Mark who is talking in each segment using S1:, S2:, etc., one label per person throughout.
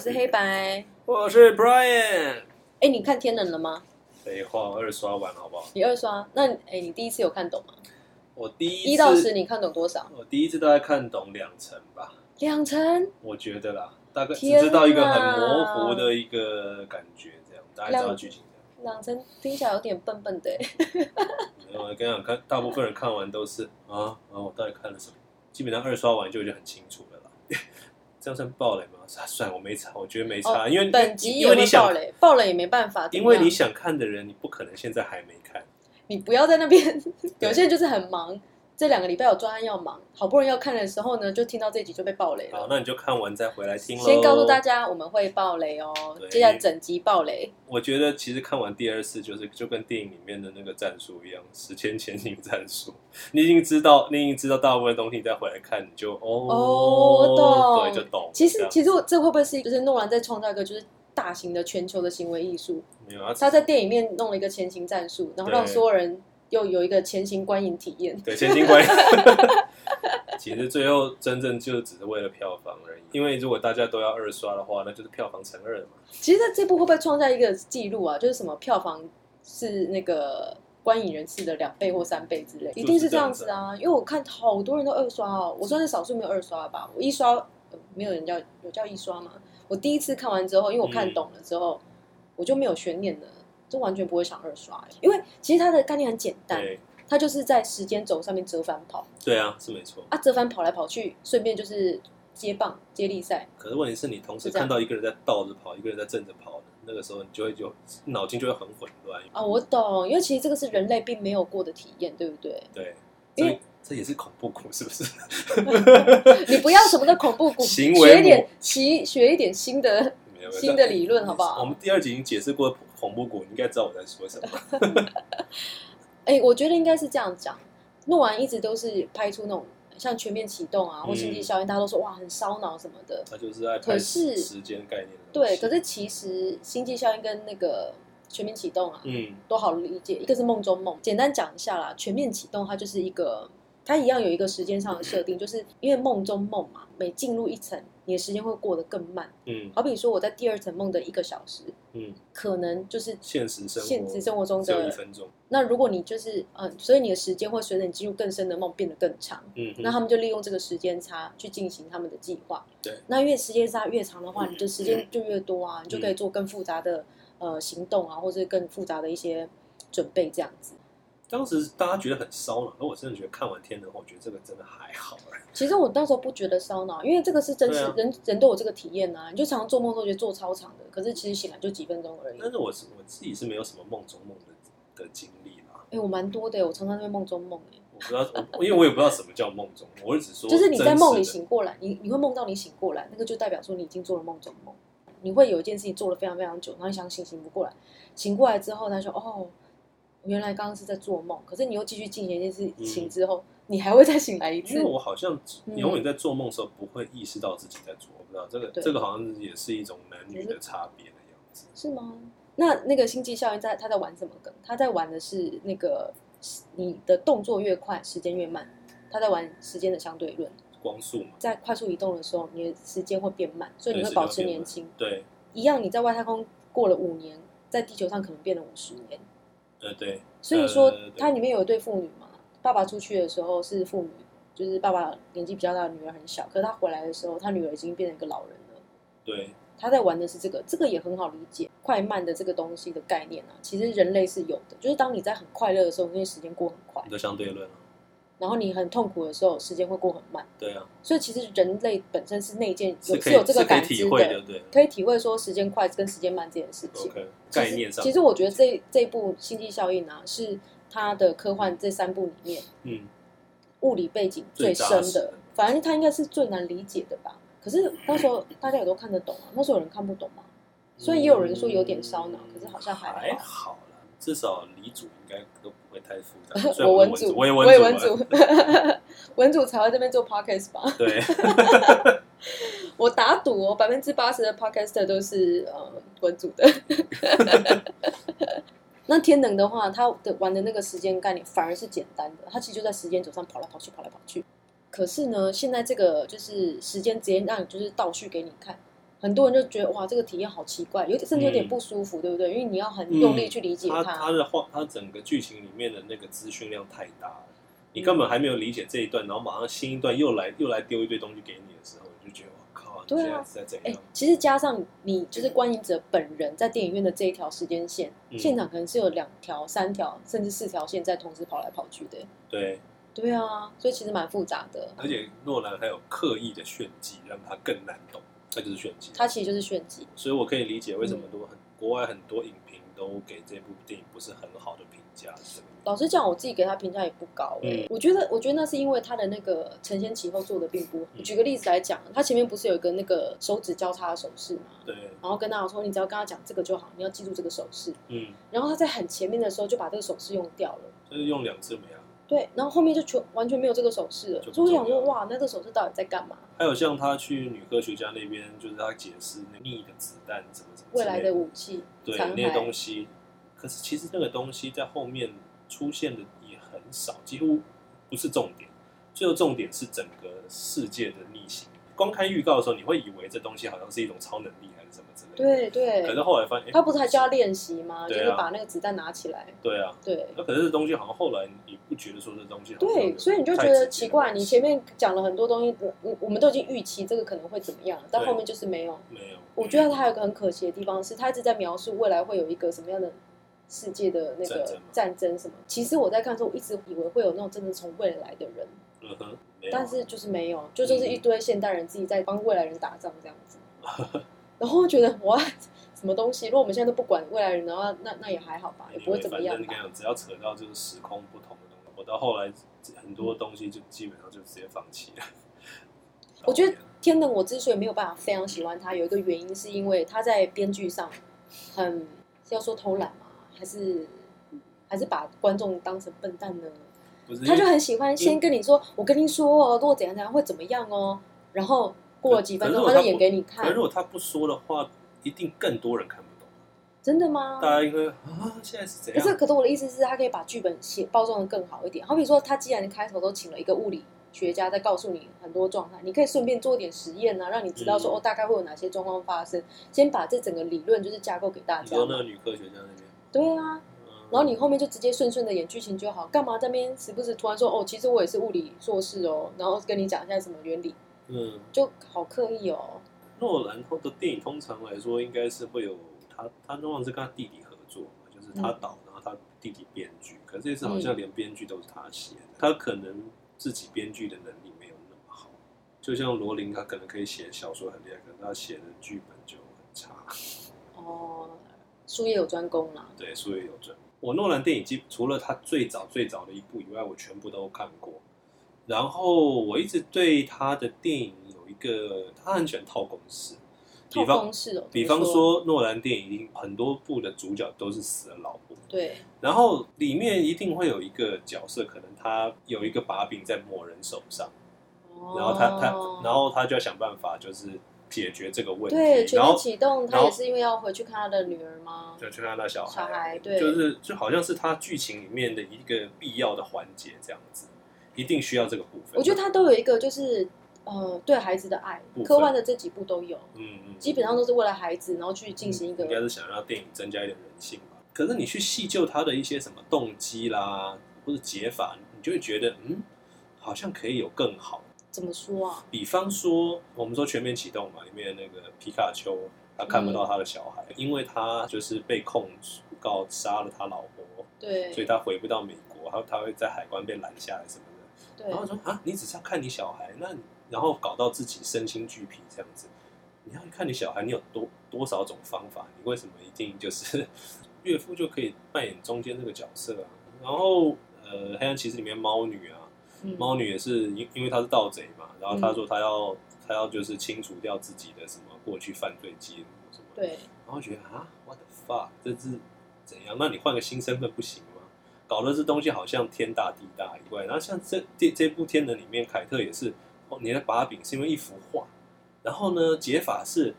S1: 是黑白。
S2: 我是 Brian。
S1: 哎，你看天能了吗？
S2: 废话，二刷完好不好？
S1: 你二刷，那你哎，你第一次有看懂吗？
S2: 我第一次
S1: 一到十，你看懂多少？
S2: 我第一次大概看懂两层吧，
S1: 两成，
S2: 我觉得啦，大概只
S1: 天哪
S2: 知道一个很模糊的一个感觉，这样大概知道剧情的。
S1: 两成听起来有点笨笨的哎。
S2: 然后跟你讲，看大部分人看完都是啊啊，我到底看了什么？基本上二刷完就已经很清楚了啦。 这样算暴雷吗？算算，我没查，我觉得没差，
S1: 哦
S2: 因为
S1: 本集
S2: 因
S1: 也
S2: 为
S1: 会
S2: 你
S1: 爆
S2: 想，
S1: 雷，啊爆雷也没办法。
S2: 因为
S1: 怎么
S2: 你
S1: 样
S2: 想看的人，你不可能现在还没看。
S1: 你不要在那边， 有些人就是很忙，这两个礼拜有专案要忙，好不容易要看的时候呢，就听到这集就被爆雷
S2: 好，
S1: 了。
S2: 那你就看完再回来听喽。
S1: 先告诉大，家，我们会爆雷哦，
S2: 对
S1: 接下来整集爆雷。
S2: 我觉得其实看完第二次，就是就跟电影里面的那个战术一样，史前前行战术。你已经知道，你已经知道大部分东西，你再回来看，你就哦，
S1: 哦懂
S2: 对，就懂。
S1: 其
S2: 这
S1: 实，
S2: 样
S1: 其实我这会不会是就是诺兰在创造一个就是大型的全球的行为艺术？
S2: 没有啊，
S1: 他在电影里面弄了一个前行战术，然后让
S2: 对
S1: 所有人又有一个前行观影体验。
S2: 对，千金观音。 其实最后真正就只是为了票房而已，因为如果大家都要二刷的话，那就是票房乘二嘛。
S1: 其实这部会不会创下一个记录啊？就是什么票房是那个观影人次的两倍或三倍之类，
S2: 是
S1: 一定是这样子啊！因为我看好多人都二刷哦，我算是少数没有二刷吧。我一刷、呃没有人叫有叫一刷吗？我第一次看完之后，因为我看懂了之后，我就没有悬念了，就完全不会想二刷。欸因为其实它的概念很简单，
S2: 对，
S1: 它就是在时间轴上面折返跑
S2: 对啊，是没错。
S1: 啊，折返跑来跑去，顺便就是接棒接力赛。
S2: 可是问题是你同时
S1: 是这样
S2: 看到一个人在倒着跑，一个人在正着跑的，那个时候你就会就脑筋就会很混乱。
S1: 啊，我懂，因为其实这个是人类并没有过的体验，对不 对？
S2: 对，
S1: 因
S2: 所
S1: 为
S2: 以这也是恐怖谷，是不是？
S1: 你不要什么的恐怖谷，
S2: 行为
S1: 学一点
S2: 模
S1: 奇，学一点新的
S2: 没有没有
S1: 新的理论，好不
S2: 我
S1: 好？
S2: 们第二集已经解释过恐怖谷，你应该知道我在说什么。
S1: 哎，我觉得应该是这样讲。诺兰一直都是拍出那种像全面启动啊，或星际
S2: 嗯
S1: 效应，大家都说哇很烧脑什么的。
S2: 他就是在
S1: 可
S2: 拍
S1: 是
S2: 时间概念的东
S1: 对，
S2: 西。
S1: 可是其实星际效应跟那个全面启动啊，
S2: 嗯，
S1: 都好理解。一个是梦中梦，简单讲一下啦。全面启动它就是一个，它一样有一个时间上的设定，就是因为梦中梦嘛，每进入一层，你的时间会过得更慢。
S2: 嗯
S1: 好比说我在第二层梦的一个小时，
S2: 嗯，
S1: 可能就是
S2: 现实生活
S1: 现实生活中
S2: 只有一
S1: 的。
S2: 分钟。
S1: 那如果你就是嗯、呃所以你的时间会随着你进入更深的梦变得更长。
S2: 嗯，
S1: 那他们就利用这个时间差去进行他们的计划。
S2: 对，
S1: 那越时间差越长的话，你的时间就越多啊，你就
S2: 嗯
S1: 可以做更复杂的呃行动啊，或者更复杂的一些准备这样子。
S2: 当时大家觉得很烧脑，而我真的觉得看完《天能》后，我觉得这个真的还好。啊
S1: 其实我那时候不觉得烧脑，因为这个是真实、
S2: 对啊
S1: 人人都有这个体验啊。你就常常做梦都觉得做超长的，可是其实醒来就几分钟而已。
S2: 但是我是我自己是没有什么梦中梦的的经历啦，
S1: 哎、我蛮多的，我常常会梦中梦，哎，
S2: 我不知道，我因为我也不知道什么叫梦中梦，我只说
S1: 就是你在梦里
S2: 真实的，
S1: 醒过来，你你会梦到你醒过来，那个就代表说你已经做了梦中梦。你会有一件事情做了非常非常久，然后你想醒醒不过来，醒过来之后，他说：“哦，我原来刚刚是在做梦。”可是你又继续进行一件事情
S2: 嗯
S1: 之后，你还会再醒来一
S2: 因
S1: 次
S2: 为。我好像
S1: 嗯
S2: 永远在做梦的时候不会意识到自己在做，我不知道这个
S1: 对
S2: 这个好像也是一种男女的差别的样子。
S1: 是吗？那那个星际效应在他在玩什么梗？他在玩的是那个你的动作越快，时间越慢。他在玩时间的相对论，
S2: 光速嘛，
S1: 在快速移动的时候，你的时间会变慢，所以你
S2: 对
S1: 会保
S2: 时
S1: 持
S2: 间会
S1: 年
S2: 变慢
S1: 轻。
S2: 对，
S1: 一样，你在外太空过了五年，在地球上可能变了五十年。
S2: 呃对，
S1: 所以说
S2: 呃，
S1: 它里面有一对父女嘛，爸爸出去的时候是父女，就是爸爸年纪比较大，女儿很小。可是他回来的时候，他女儿已经变成一个老人了。
S2: 对，
S1: 他在玩的是这个，这个也很好理解，快慢的这个东西的概念啊，其实人类是有的，就是当你在很快乐的时候，因为时间过很快
S2: 你，的相对论啊，
S1: 然后你很痛苦的时候，时间会过很慢，
S2: 对啊，
S1: 所以其实人类本身是内建有
S2: 是可以
S1: 有这个
S2: 是可以
S1: 感
S2: 体
S1: 知
S2: 会的，对
S1: 可以体会说时间快跟时间慢这件事情。
S2: ，OK，
S1: 其实
S2: 概念上
S1: 其，实我觉得这这部《星际效应》啊，是它的科幻这三部里面
S2: 嗯，
S1: 物理背景最
S2: 最
S1: 深
S2: 扎
S1: 的，
S2: 实的
S1: 反正它应该是最难理解的吧。可是那时候大家也都看得懂啊，那时候有人看不懂嘛，所以也有人说有点烧脑，
S2: 嗯
S1: 可是好像还
S2: 还
S1: 好。。
S2: 好啦，至少理组应该都不会太复杂 虽然
S1: 我
S2: 我
S1: 文
S2: 组，
S1: 组，
S2: 我也
S1: 我也
S2: 文
S1: 文
S2: 组啊，
S1: 组， 文组才会这边做 podcast 吧。
S2: 对，
S1: 我打赌哦，百分之八十的 podcaster 都是呃文组 的。那天能的话，他的玩的那个时间概念反而是简单的，他其实就在时间轴上跑来跑去，跑来跑去。可是呢，现在这个就是时间直接让你就是倒叙给你看，很多人就觉得哇，这个体验好奇怪，有点甚至有点
S2: 嗯
S1: 不舒服，对不对？因为你要很
S2: 嗯
S1: 用力去理解
S2: 他
S1: 它
S2: 他。的话，他整个剧情里面的那个资讯量太大了，
S1: 嗯
S2: 你根本还没有理解这一段，然后马上新一段又来又来丢一堆东西给你的时候，你就觉得我靠，你
S1: 对啊
S2: 现在是在怎
S1: 哎、
S2: 样？
S1: 其实加上你就是观影者本人在电影院的这一条时间线，
S2: 嗯
S1: 现场可能是有两条、三条甚至四条线在同时跑来跑去的。
S2: 对，
S1: 对啊，所以其实蛮复杂的。
S2: 而且诺兰还有刻意的炫技，让他更难懂，那就是炫技。
S1: 它其实就是炫技，
S2: 所以我可以理解为什
S1: 嗯
S2: 么多很、国外很多影评都给这部电影不是很好的评价，是什么
S1: 老实讲，我自己给他评价也不高、欸
S2: 嗯
S1: 我觉得，我觉得那是因为他的那个承先启后做的并不好。
S2: 嗯
S1: 举个例子来讲，他前面不是有一个那个手指交叉的手势嘛？
S2: 对，
S1: 然后跟大家说，你只要跟他讲这个就好，你要记住这个手势。
S2: 嗯，
S1: 然后他在很前面的时候就把这个手势用掉了，
S2: 就是用两次没啊。
S1: 对，然后后面就全完全没有这个手势了。
S2: 就不
S1: 所以我想
S2: 重要
S1: 说，哇，那这手势到底在干嘛？
S2: 还有像他去女科学家那边，就是他解释那逆的子弹怎么怎么之
S1: 未
S2: 类
S1: 来的武器
S2: 对
S1: 残
S2: 那些东
S1: 骸，
S2: 西，可是其实那个东西在后面出现的也很少，几乎不是重点。最后重点是整个世界的逆行。光看预告的时候，你会以为这东西好像是一种超能力还是什么之类的。
S1: 对
S2: 可
S1: 对。
S2: 是后来发现，
S1: 他
S2: 哎，
S1: 不是还叫他练习吗？就
S2: 对啊
S1: 是把那个子弹拿起来，
S2: 对啊，
S1: 对。
S2: 那可是这东西好像后来你不觉得说这东西好像有
S1: 对，所以你就觉
S2: 嗯太直接
S1: 得
S2: 的
S1: 奇怪，
S2: 东西
S1: 你前面讲了很多东西，我我们都已经预期这个可能会怎么样，但
S2: 对
S1: 后面就是没有。
S2: 没有？嗯
S1: 我觉得他还有一个很可惜的地方是，他一直在描述未来会有一个什么样的世界的那
S2: 战争
S1: 个
S2: 吗
S1: 战争什么。其实我在看的时候，我一直以为会有那种真的从未来的人，
S2: 嗯哼，没有嗯
S1: 但是就是没有，就就是一堆现代人自己在帮未来人打仗这样 子。然后我觉得哇，什么东西？如果我们现在都不管未来人的话，那那也还好吧，也不会怎么样
S2: 反正跟你
S1: 吧。
S2: 讲，只要扯到就是时空不同的东西，我到后来很多东西就基本上就直接放弃了。
S1: 我觉得天能我之所以没有办法非常喜欢他，有一个原因是因为他在编剧上很要说偷懒嘛，还是还是把观众当成笨蛋呢？
S2: 不是，
S1: 他就
S2: 因为
S1: 很喜欢先跟你说，我跟你说哦，如果怎样怎样会怎么样哦，然后过了几分钟
S2: 可
S1: 他
S2: 是
S1: 就
S2: 我
S1: 演给你
S2: 可是
S1: 看
S2: 如，果他不说的话，一定更多人看不懂，
S1: 真的吗？
S2: 大家应该啊现在是怎
S1: 可是，
S2: 样？
S1: 可是我的意思是，他可以把剧本写包装的更好一点。好比说，他既然开头都请了一个物理学家在告诉你很多状态，你可以顺便做点实验啊，让你知道说、
S2: 嗯
S1: 哦，大概会有哪些状况发生。先把这整个理论就是架构给大
S2: 你
S1: 家
S2: 说
S1: 嘛。
S2: 那个女科学家那边，
S1: 对啊，
S2: 嗯
S1: 然后你后面就直接顺顺的演剧情就好，干嘛这边时不时突然说哦，其实我也是物理硕士哦，然后跟你讲一下什么原理，
S2: 嗯，
S1: 就好刻意哦。
S2: 诺兰后的电影通常来说应该是会有他，他通常是跟他弟弟合作嘛，就是他
S1: 嗯
S2: 导，然后他弟弟编剧。可是这次好像连编剧都是他写的，他可能自己编剧的能力没有那么好。就像罗琳，他可能可以写小说很厉害，可是他写的剧本就很差。
S1: 哦，术业有专攻啦。
S2: 对，术业有专。我诺兰电影基除了他最早最早的一部以外，我全部都看过。然后我一直对他的电影有一个，他很喜欢套公式，比
S1: 套
S2: 方
S1: 公式哦，
S2: 比方
S1: 怎么说，
S2: 说，诺兰电影很多部的主角都是死了老婆，
S1: 对，
S2: 然后里面一定会有一个角色，可能他有一个把柄在某人手上，然后他他
S1: 哦
S2: 然后他就要想办法就是解决这个问
S1: 对，
S2: 题，
S1: 全
S2: 然
S1: 面
S2: 后
S1: 启动，他
S2: 然后
S1: 也是因为要回去看他的女儿吗？
S2: 就去看那小
S1: 小
S2: 孩，
S1: 孩对，
S2: 就是就好像是他剧情里面的一个必要的环节这样子，一定需要这个部分。
S1: 我觉得他都有一个就是呃对孩子的爱
S2: 部，分
S1: 科幻的这几部都有，
S2: 嗯嗯，
S1: 基本上都是为了孩子，然后去进行一个
S2: 应该是想让电影增加一点人性吧。可是你去细究他的一些什么动机啦，或者解法，你就会觉得，嗯，好像可以有更好。
S1: 怎么说啊？
S2: 比方说，我们说全面启动嘛，里面那个皮卡丘，他看不到他的小孩，因为他就是被控告杀了他老婆，
S1: 对
S2: 所以他回不到美国，他他会在海关被拦下来什么的。
S1: 对
S2: 然，后说啊，你只是要看你小孩，那你然后搞到自己身心俱疲这样子。你要看你小孩，你有多多少种方法？你为什么一定就是 岳父就可以扮演中间这个角色啊？然后呃，《黑暗骑士》里面猫女啊，
S1: 嗯
S2: 猫女也是因因为她是盗贼嘛，然后她说她要、她要就是清除掉自己的什么过去犯罪记录什么的。
S1: 对
S2: 然后觉得啊，what the fuck，这是怎样？那你换个新身份不行吗？搞得这东西好像天大地大以外。然后像这这这部《天能》里面，凯特也是，哦，你的把柄是因为一幅画，然后呢，解法是，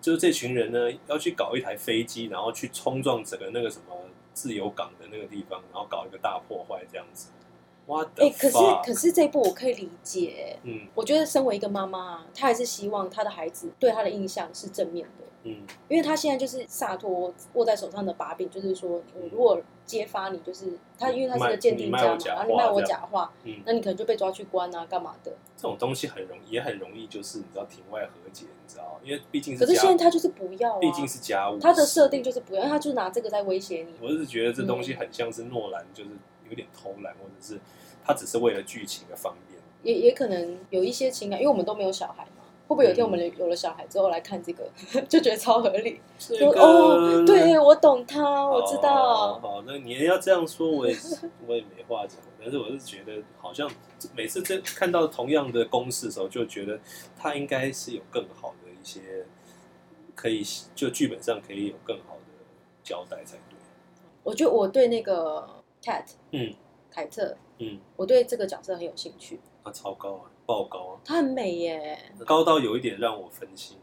S2: 就是这群人呢要去搞一台飞机，然后去冲撞整个那个什么自由港的那个地方，然后搞一个大破坏这样子。哇，
S1: 哎、可是可是这一部我可以理解，
S2: 嗯
S1: 我觉得身为一个妈妈，她还是希望她的孩子对她的印象是正面的，
S2: 嗯
S1: 因为她现在就是萨托握在手上的把柄，就是说我如果揭发你，就是她，因为她是
S2: 卖
S1: 个鉴定
S2: 你卖
S1: 家
S2: 我
S1: 嘛，
S2: 假
S1: 然后
S2: 话
S1: 你卖我
S2: 这样
S1: 假话，
S2: 嗯，
S1: 那你可能就被抓去关啊，干嘛的？
S2: 这种东西很容也很容易，就是你知道庭外和解，你知道，因为毕竟
S1: 可是
S2: 家，
S1: 现在她就是不要啊，
S2: 毕竟是家务，
S1: 她的设定嗯就是不要，因为她就拿这个在威胁你。
S2: 我是觉得这东西很像是诺兰，就是有点偷懒，或者是他只是为了剧情的方便。
S1: 也也可能有一些情感，因为我们都没有小孩嘛，会不会有一天我们
S2: 嗯
S1: 有了小孩之后来看这个， 就觉得超合理？
S2: 这
S1: 说哦，对，我懂他，我知
S2: 好，
S1: 道。
S2: 哦好那你要这样说，我也是我也没话讲。但是我是觉得，好像每次这看到同样的公式的时候，就觉得它应该是有更好的一些可以，就剧本上可以有更好的交代才对。
S1: 我觉得我对那个 Cat，
S2: 嗯，
S1: 凯特，
S2: 嗯，
S1: 我对这个角色很有兴趣，
S2: 啊，超高啊，爆高
S1: 她很美耶。
S2: 啊，高到有一点让我分心，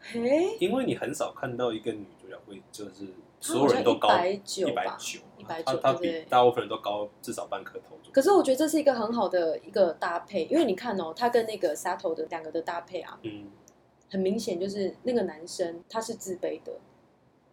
S1: 嘿，
S2: 因为你很少看到一个女主角会就是
S1: 她
S2: 所有
S1: 好像
S2: 人都
S1: 一
S2: 高
S1: 百九
S2: 一百
S1: 吧。
S2: 九，
S1: 190
S2: 她
S1: 对
S2: 她比
S1: 不对
S2: 大部分人都高至少半颗头左右。
S1: 可是我觉得这是一个很好的一个搭配，因为你看哦，她跟那个 Sato 的两个的搭配啊，
S2: 嗯
S1: 很明显就是那个男生他是自卑的，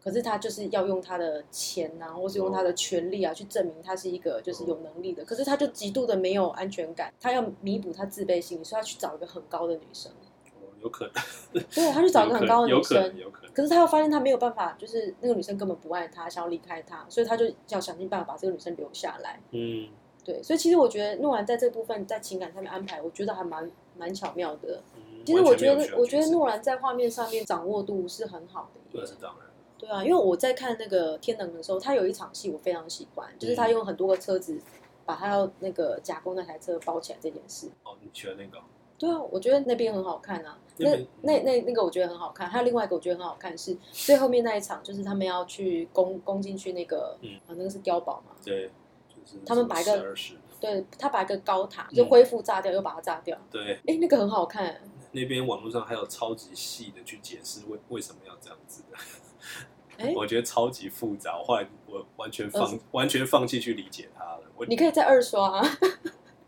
S1: 可是他就是要用他的钱啊，或是用他
S2: 哦
S1: 的权利啊，去证明他是一个就是有能力的。可是他就极度的没有安全感，他要弥补他自卑心理，所以他去找一个很高的女生。
S2: 哦有可 能，
S1: 对，啊他去找一个很高的
S2: 有
S1: 女
S2: 可能，
S1: 生。
S2: 有可能。
S1: 可是他又发现他没有办法，就是那个女生根本不爱他，想要离开他，所以他就要想尽办法把这个女生留下来。
S2: 嗯，
S1: 对，所以其实我觉得诺兰在这部分在情感上面安排，我觉得还蛮蛮巧妙的。
S2: 嗯
S1: 其实我
S2: 完全
S1: 觉
S2: 没有
S1: 得
S2: 需，要
S1: 我觉得
S2: 解释
S1: 诺兰在画面上面掌握度是很好的
S2: 那
S1: 耶
S2: 是。当然，
S1: 对啊，因为我在看那个《天能》的时候，他有一场戏我非常喜欢，就是
S2: 嗯
S1: 他用很多个车子把他要那个假公那台车包起来这件事。
S2: 哦，你喜欢那个哦，
S1: 对啊，我觉得那边很好看啊。
S2: 那
S1: 那
S2: 边
S1: 那那那个我觉得很好看，还有另外一个我觉得很好看是最后面那一场，就是他们要去攻攻进去那个，
S2: 嗯
S1: 啊，那个是碉堡嘛，
S2: 对，就是
S1: 他们把一个
S2: 二十，
S1: 对他把一个高
S2: 嗯
S1: 塔就恢复炸掉，又把它炸掉，
S2: 对，
S1: 哎、那个很好看。
S2: 那边网络上还有超级细的去解释为为什么要这样子的，
S1: 哎、
S2: 我觉得超级复杂，我后来我完全放、
S1: 呃
S2: 完全放弃去理解它了，我
S1: 你可以再二刷、啊，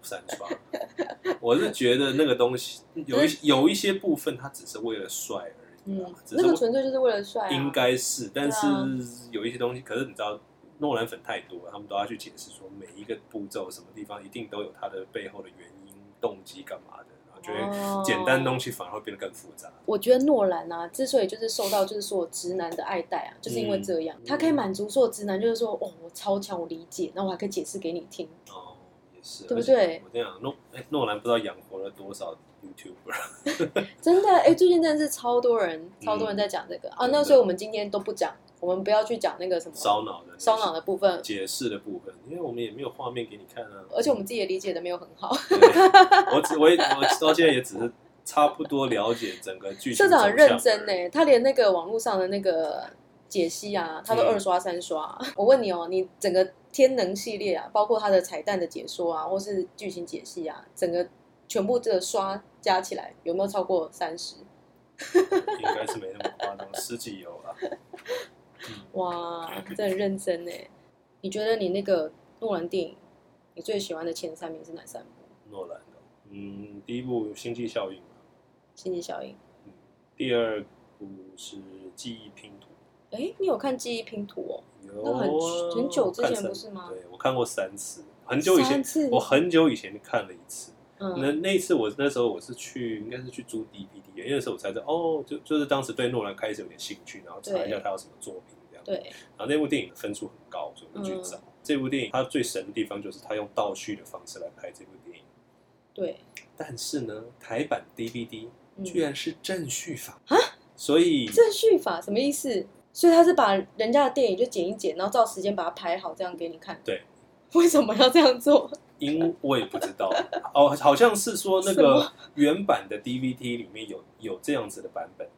S2: 三刷，我是觉得那个东西有一有一些部分，它只是为了帅而已啦，
S1: 嗯，
S2: 啊只
S1: 那
S2: 是
S1: 个
S2: 为
S1: 纯粹就是为了帅、啊，
S2: 应该是，但是
S1: 啊
S2: 有一些东西，可是你知道，诺兰粉太多了，他们都要去解释说每一个步骤什么地方一定都有它的背后的原因、动机干嘛的，然后就会
S1: 哦
S2: 简单东西反而会变得更复杂。
S1: 我觉得诺兰啊，之所以就是受到就是所有直男的爱戴啊，就是因为这样，
S2: 嗯
S1: 他可以满足所有直男，就是说，哦，我超强，我理解，然后我还可以解释给你听。
S2: 哦，也是，
S1: 对不
S2: 而且
S1: 对
S2: 我这样，诺哎诺兰不知道养活了多少 YouTuber，
S1: 真的，哎，最近真的是超多人，
S2: 嗯
S1: 超多人在讲这个、啊。
S2: 真的
S1: 那所以我们今天都不讲，我们不要去讲那个什么
S2: 烧脑的那些
S1: 烧脑的部分，
S2: 解释的部分，因为我们也没有画面给你看啊。
S1: 而且我们自己也理解的没有很好。
S2: 对我只我也我到现在也只是差不多了解整个剧情
S1: 社长很
S2: 走向
S1: 认真欸
S2: 而已
S1: 呢，他连那个网络上的那个解析啊，他都
S2: 嗯
S1: 二刷三刷。 我问你哦，你整个天能系列啊，包括它的彩蛋的解说啊，或是剧情解析啊，整个全部这个刷加起来有没有超过三十？
S2: 应该是没那么夸张，十几有嗯啊。
S1: 哇，真的很认真呢。欸你觉得你那个诺兰电影，你最喜欢的前三名是哪三部？
S2: 诺兰的，嗯，第一部《星际效应》嘛，
S1: 《星际效应》。
S2: 嗯，第二部是《记忆拼图
S1: 哎，你有看《记忆拼图》哦？》，
S2: 有
S1: 那
S2: 啊
S1: 很很久之前不是吗
S2: 看三对，我看过三次，很久以前
S1: 三，次
S2: 我很久以前看了一次。那
S1: 嗯，
S2: 那一次我那时候我是去，应该是去租 DVD，因为那时候我才知道，哦，就就是当时对诺兰开始有点兴趣，然后查一下
S1: 对
S2: 他有什么作品这样。
S1: 对，嗯
S2: 然后那部电影的分数很高，所以我就去找。这部电影它最神的地方就是它用倒叙的方式来拍这部电影。
S1: 对，
S2: 但是呢，台版 DVD
S1: 嗯啊
S2: 居然是正序法、所以
S1: 正序法什么意思？所以他是把人家的电影就剪一剪，然后照时间把它排好，这样给你看。
S2: 对，
S1: 为什么要这样做？
S2: 因我也不知道 哦，好像是说那
S1: 什
S2: 个原版的 DVD 里面有有这样子的版本，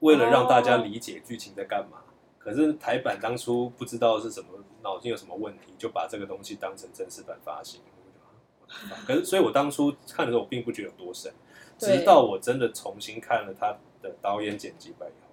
S2: 为了让大家理解剧情在干嘛。可是台版当初不知道是什么脑筋有什么问题，就把这个东西当成正式版发行。我 就啊可是，所以我当初看的时候，我并不觉得有多深，
S1: 对
S2: 直到我真的重新看了他的导演剪辑版以后，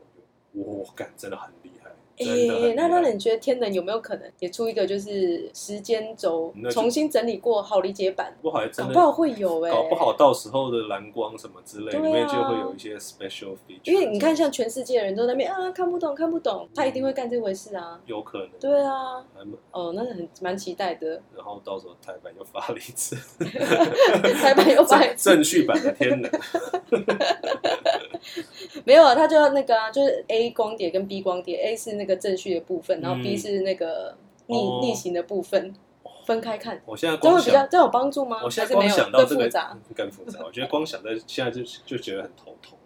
S2: 我就我感真的很厉害。真的很厉害
S1: 那那你觉得天能有没有可能也出一个就是时间轴
S2: 那就
S1: 重新整理过好理解版？
S2: 不好还真
S1: 搞
S2: 的
S1: 不好会有哎、
S2: 搞不好到时候的蓝光什么之类，
S1: 对啊
S2: 里面就会有一些 special feature。
S1: 因为你看，像全世界的人都在那边啊，看不懂，看不懂，他一定会干这回事啊。
S2: 有可能，
S1: 对啊，
S2: 还蛮
S1: 哦，那很蛮期待 的，
S2: 然后到时候台版又发了一次
S1: 台版又 发一
S2: 正
S1: 次
S2: 正序版的天能，
S1: 没有，啊，他就要那个啊，就是 A 光碟跟 B 光碟，A 是那个正序的部分，然后
S2: 嗯
S1: B 是那个逆、
S2: 哦
S1: 逆行的部分，分开看，
S2: 我现在
S1: 这
S2: 光
S1: 会比较
S2: 想，
S1: 这有帮助吗？
S2: 我现
S1: 还
S2: 在
S1: 是没
S2: 光
S1: 有，
S2: 想到
S1: 会
S2: 这
S1: 复
S2: 个
S1: 杂
S2: 更复杂，我觉得光想到现在就就觉得很头痛。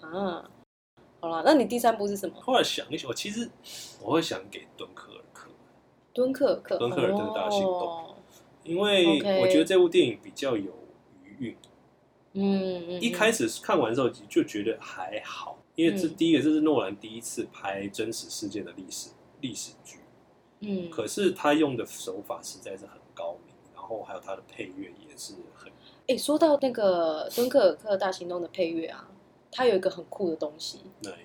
S1: 啊。好了，那你第三部是什么？
S2: 后来想一想，我其实我会想给敦刻尔克，
S1: 敦刻尔克，
S2: 敦刻尔克大行动
S1: 哦
S2: 因为
S1: OK
S2: 我觉得这部电影比较有余韵。
S1: 嗯，嗯
S2: 一开始看完之后就觉得还好，因为这
S1: 嗯
S2: 第一个这是诺兰第一次拍真实事件的历史历史剧，
S1: 嗯，
S2: 可是他用的手法实在是很高明，然后还有他的配乐也是很
S1: 哎、说到那个《敦刻尔克大行动》的配乐啊，它有一个很酷的东西，
S2: 那一个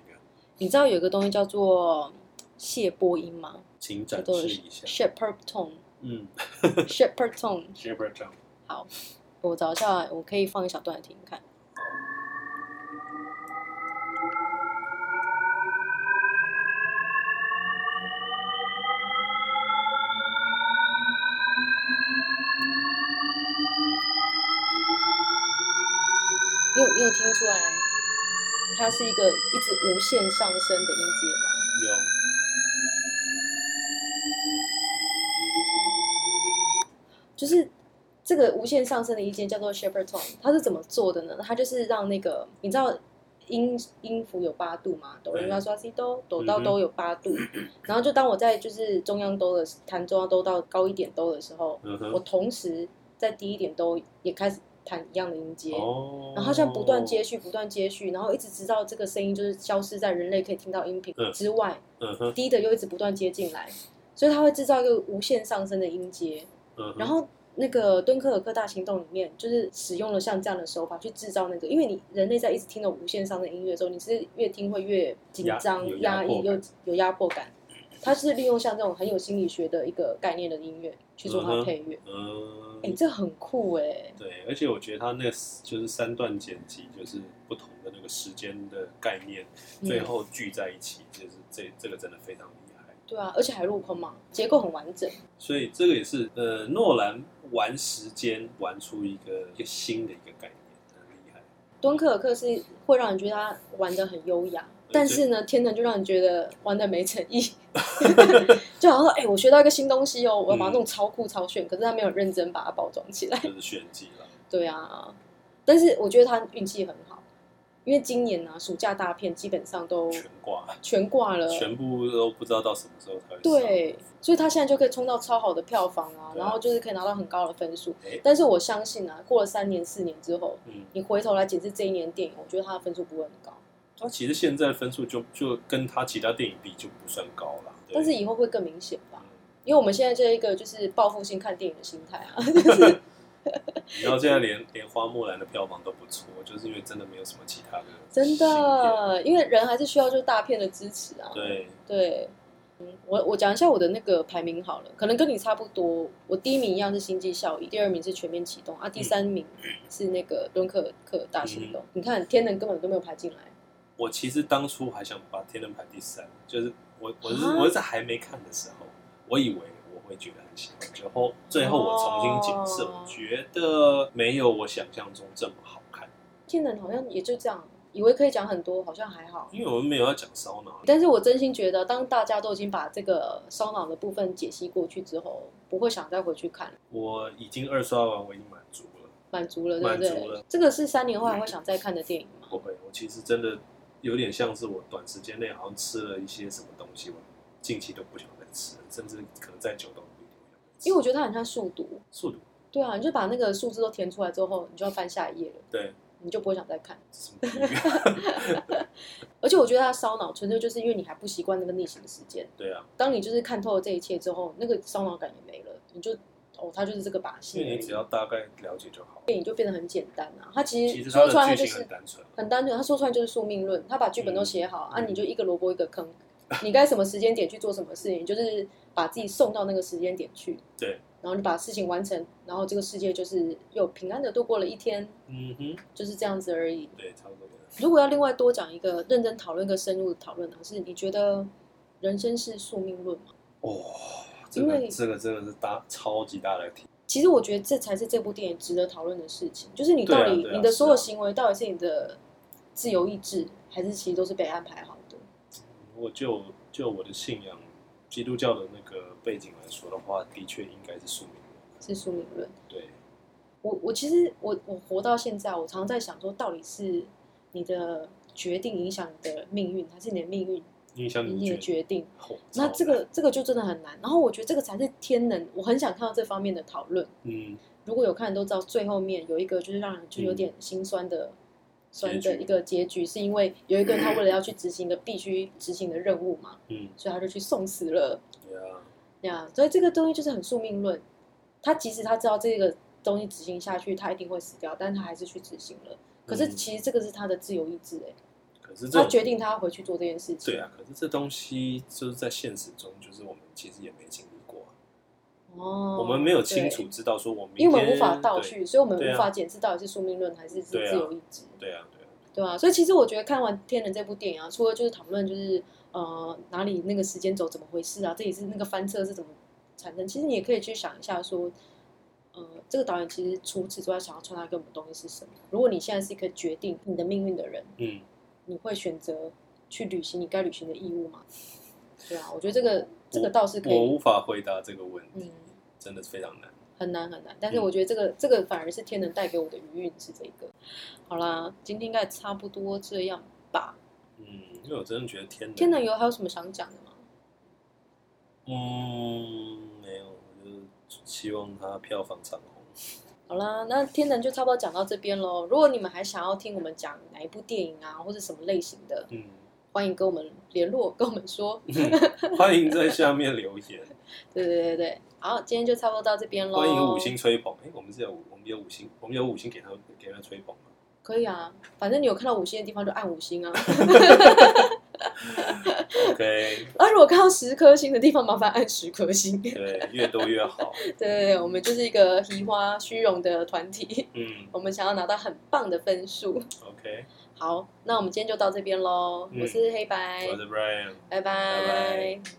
S1: 你知道有一个东西叫做谐波音吗？
S2: 请
S1: 叫
S2: 展
S1: 做
S2: 示一下。
S1: shepherd tone，shepherd
S2: 嗯
S1: tone。
S2: s h e p e r d
S1: 我找一下，我可以放一小段来听听看。你有你有听出来，它是一个一直无限上升的音阶吗？
S2: 有
S1: 就是这个无限上升的意见叫做 shepherd tone，它是怎么做的呢？它就是让那个你知道音音符有八度嘛，哆来咪发嗦拉西哆，哆到哆有八度，
S2: 嗯
S1: 然后就当我在就是中央哆的弹中央哆到高一点哆的时候，
S2: 嗯
S1: 我
S2: 哼
S1: 同时在低一点哆也开始弹一样的音阶。
S2: 哦，
S1: 然后像不断接续，不断接续，然后一直直到这个声音就是消失在人类可以听到音频
S2: 嗯
S1: 之外，
S2: 嗯哼
S1: 低的又一直不断接进来，所以它会制造一个无限上升的音阶。
S2: 嗯哼，
S1: 然后那个《敦刻尔克大行动》里面，就是使用了像这样的手法去制造那个，因为你人类在一直听那种无限上的音乐的时候，你是越听会越紧张
S2: 压有、压
S1: 压抑
S2: 迫感
S1: 又有压迫感。它是利用像这种很有心理学的一个概念的音乐去做它的配乐，
S2: 嗯
S1: 哎、这很酷哎、
S2: 对，而且我觉得他那个就是三段剪辑，就是不同的那个时间的概念，
S1: 嗯
S2: 最后聚在一起，就是这这个真的非常厉害。
S1: 对啊，而且还镂空嘛，结构很完整。
S2: 所以这个也是呃，诺兰玩时间玩出一个一个新的一个概念，很厉害。
S1: 敦刻尔克是会让人觉得他玩的很优雅，但是呢，天能就让你觉得玩的没诚意， 就好像说，哎、我学到一个新东西哦，我要
S2: 嗯
S1: 把它弄超酷超炫，可是他没有认真把它包装起来。
S2: 就是炫技了。
S1: 对啊，但是我觉得他运气很好，因为今年呢、啊，暑假大片基本上都
S2: 全挂，
S1: 全挂了，
S2: 全部都不知道到什么时候才会上。
S1: 呃对，所以他现在就可以冲到超好的票房啊，
S2: 对啊
S1: 然后就是可以拿到很高的分数
S2: 哎。
S1: 但是我相信啊，过了三年四年之后，
S2: 嗯，
S1: 你回头来检视这一年电影，我觉得他的分数不会很高。
S2: 他其实现在分数就就跟他其他电影比就不算高了，对
S1: 但是以后会更明显吧
S2: 嗯，
S1: 因为我们现在这一个就是报复性看电影的心态啊， 就是
S2: 然后现在连连花木兰的票房都不错，就是因为真的没有什么其他的
S1: 真
S2: 新片，
S1: 的，因为人还是需要就是大片的支持啊。
S2: 对，
S1: 对嗯，我我讲一下我的那个排名好了，可能跟你差不多。我第一名一样是《星际效益》，第二名是《全面启动》，
S2: 嗯
S1: 啊，第三名是那个《敦刻尔克大行动》你看，天能根本都没有排进来。
S2: 我其实当初还想把《天能》排第三，就是我我是
S1: 啊
S2: 我是还没看的时候，我以为我会觉得很喜欢，然后最后我重新检视，
S1: 哦
S2: 我觉得没有我想象中这么好看，
S1: 天能好像也就这样，以为可以讲很多，好像还好。
S2: 因为我们没有要讲烧脑，
S1: 但是我真心觉得，当大家都已经把这个烧脑的部分解析过去之后，不会想再回去看了。
S2: 我已经二刷完，我已经满足了，
S1: 满足了，对不对？
S2: 满足了
S1: 这个是三年后还会想再看的电影吗？
S2: 不会，我其实真的有点像是我短时间内好像吃了一些什么东西，我近期都不想再吃了，甚至可能再久都不一定想再吃。
S1: 因为我觉得它很像数独，
S2: 速度
S1: 对啊，你就把那个数字都填出来之后，你就要翻下一页了，
S2: 对
S1: 你就不会想再看。
S2: 什么比喻
S1: 而且我觉得它烧脑，纯粹就是因为你还不习惯那个逆行的时间。
S2: 对啊，
S1: 当你就是看透了这一切之后，那个烧脑感也没了，你就哦，它就是这个把戏
S2: 因
S1: 而
S2: 为
S1: 已，
S2: 你只要大概了解就好了。
S1: 电影就变得很简单啊。它其
S2: 其
S1: 实
S2: 实
S1: 说
S2: 它
S1: 出来它
S2: 的
S1: 就
S2: 剧情
S1: 是
S2: 很单纯，
S1: 很单纯，它说出来就是宿命论，他把剧本都写好、
S2: 嗯
S1: 啊，你就一个萝卜一个坑。你该什么时间点去做什么事情，就是把自己送到那个时间点去。
S2: 对，
S1: 然后你把事情完成，然后这个世界就是又平安的度过了一天，
S2: 嗯哼，
S1: 就是这样子而已。
S2: 对，差不多这样。
S1: 如果要另外多讲一个认真讨论、一个深入的讨论呢，啊是你觉得人生是宿命论吗？
S2: 哦，这
S1: 因为
S2: 个这个真的是大超级大的题，
S1: 其实我觉得这才是这部电影值得讨论的事情，就是你
S2: 对
S1: 到
S2: 啊
S1: 底、
S2: 对啊
S1: 你的
S2: 是
S1: 所有
S2: 啊
S1: 行为到底是你的自由意志，还是其实都是被安排好的？
S2: 如果就就我的信仰，基督教的那个背景来说的话，的确应该是宿命论。
S1: 是宿命论。
S2: 对，
S1: 我我其实我我活到现在，我常常在想说，到底是你的决定影响你的命运，还是你的命运
S2: 影响
S1: 你
S2: 你
S1: 的
S2: 嗯的决
S1: 决定？
S2: 哦
S1: 那
S2: 超
S1: 这
S2: 难
S1: 个这个就真的很难。然后我觉得这个才是天能，我很想看到这方面的讨论。
S2: 嗯，
S1: 如果有看都知道，最后面有一个就是让人就有点心酸的、酸的
S2: 结局
S1: 一个结局，是因为有一个人他为了要去执行一个必须执行的任务嘛，
S2: 嗯，
S1: 所以他就去送死了。
S2: 对啊，
S1: 呀，所以这个东西就是很宿命论。他即使他知道这个东西执行下去，他一定会死掉，但他还是去执行了。可是
S2: 嗯
S1: 其实这个是他的自由意志、欸，
S2: 可是这
S1: 他
S2: 种
S1: 决定他要回去做这件事情。
S2: 对啊，可是这东西就是在现实中，就是我们其实也没经历过啊、
S1: 哦，
S2: 我们没有清
S1: 对
S2: 楚，知道说我明天，
S1: 因为我们无法倒
S2: 对
S1: 叙，所以我们
S2: 对啊
S1: 无法检视到底是宿命论还是是
S2: 对啊
S1: 自由意志。
S2: 对啊，对啊，
S1: 对啊，所以其实我觉得看完《天人》这部电影啊，除了就是讨论就是呃哪里那个时间轴怎么回事啊，这也是那个翻车是怎么产生，其实你也可以去想一下说，呃，这个导演其实除此之外想要传达给我们的东西是什么？如果你现在是一个决定你的命运的人，
S2: 嗯，
S1: 你会选择去履行你该履行的义务吗？对啊，我觉得这个这个倒是可
S2: 我
S1: 以，
S2: 无法回答这个问题，
S1: 嗯，
S2: 真的是非常难。
S1: 很难很难，但是
S2: 嗯
S1: 我觉得这个、这个反而是天能带给我的余韵是这个。好啦，今天应该差不多这样吧。
S2: 嗯，因为我真的觉得天能，
S1: 天能，有还有什么想讲的吗？
S2: 嗯，没有，我就是希望它票房长虹。
S1: 好啦，那天能就差不多讲到这边喽。如果你们还想要听我们讲哪一部电影啊，或者什么类型的，
S2: 嗯，
S1: 欢迎跟我们联络，跟我们说。
S2: 欢迎在下面留 言，
S1: 对对对对，好，今天就差不多到这边喽。
S2: 欢迎五星，吹捧。哎、我们是有五我们有五星，我们有五星给他给他吹捧吗？
S1: 可以啊，反正你有看到五星的地方就按五星啊。
S2: OK，
S1: 啊而如果看到十颗星的地方，麻烦按十颗星。 对
S2: 对，越多越好。
S1: 对对，我们就是一个移花虚荣的团体，
S2: 嗯
S1: 我们想要拿到很棒的分数。
S2: ，OK，
S1: 好，那我们今天就到这边喽。
S2: 嗯
S1: 我是黑白
S2: 我，是 Brian。
S1: 拜拜
S2: 拜拜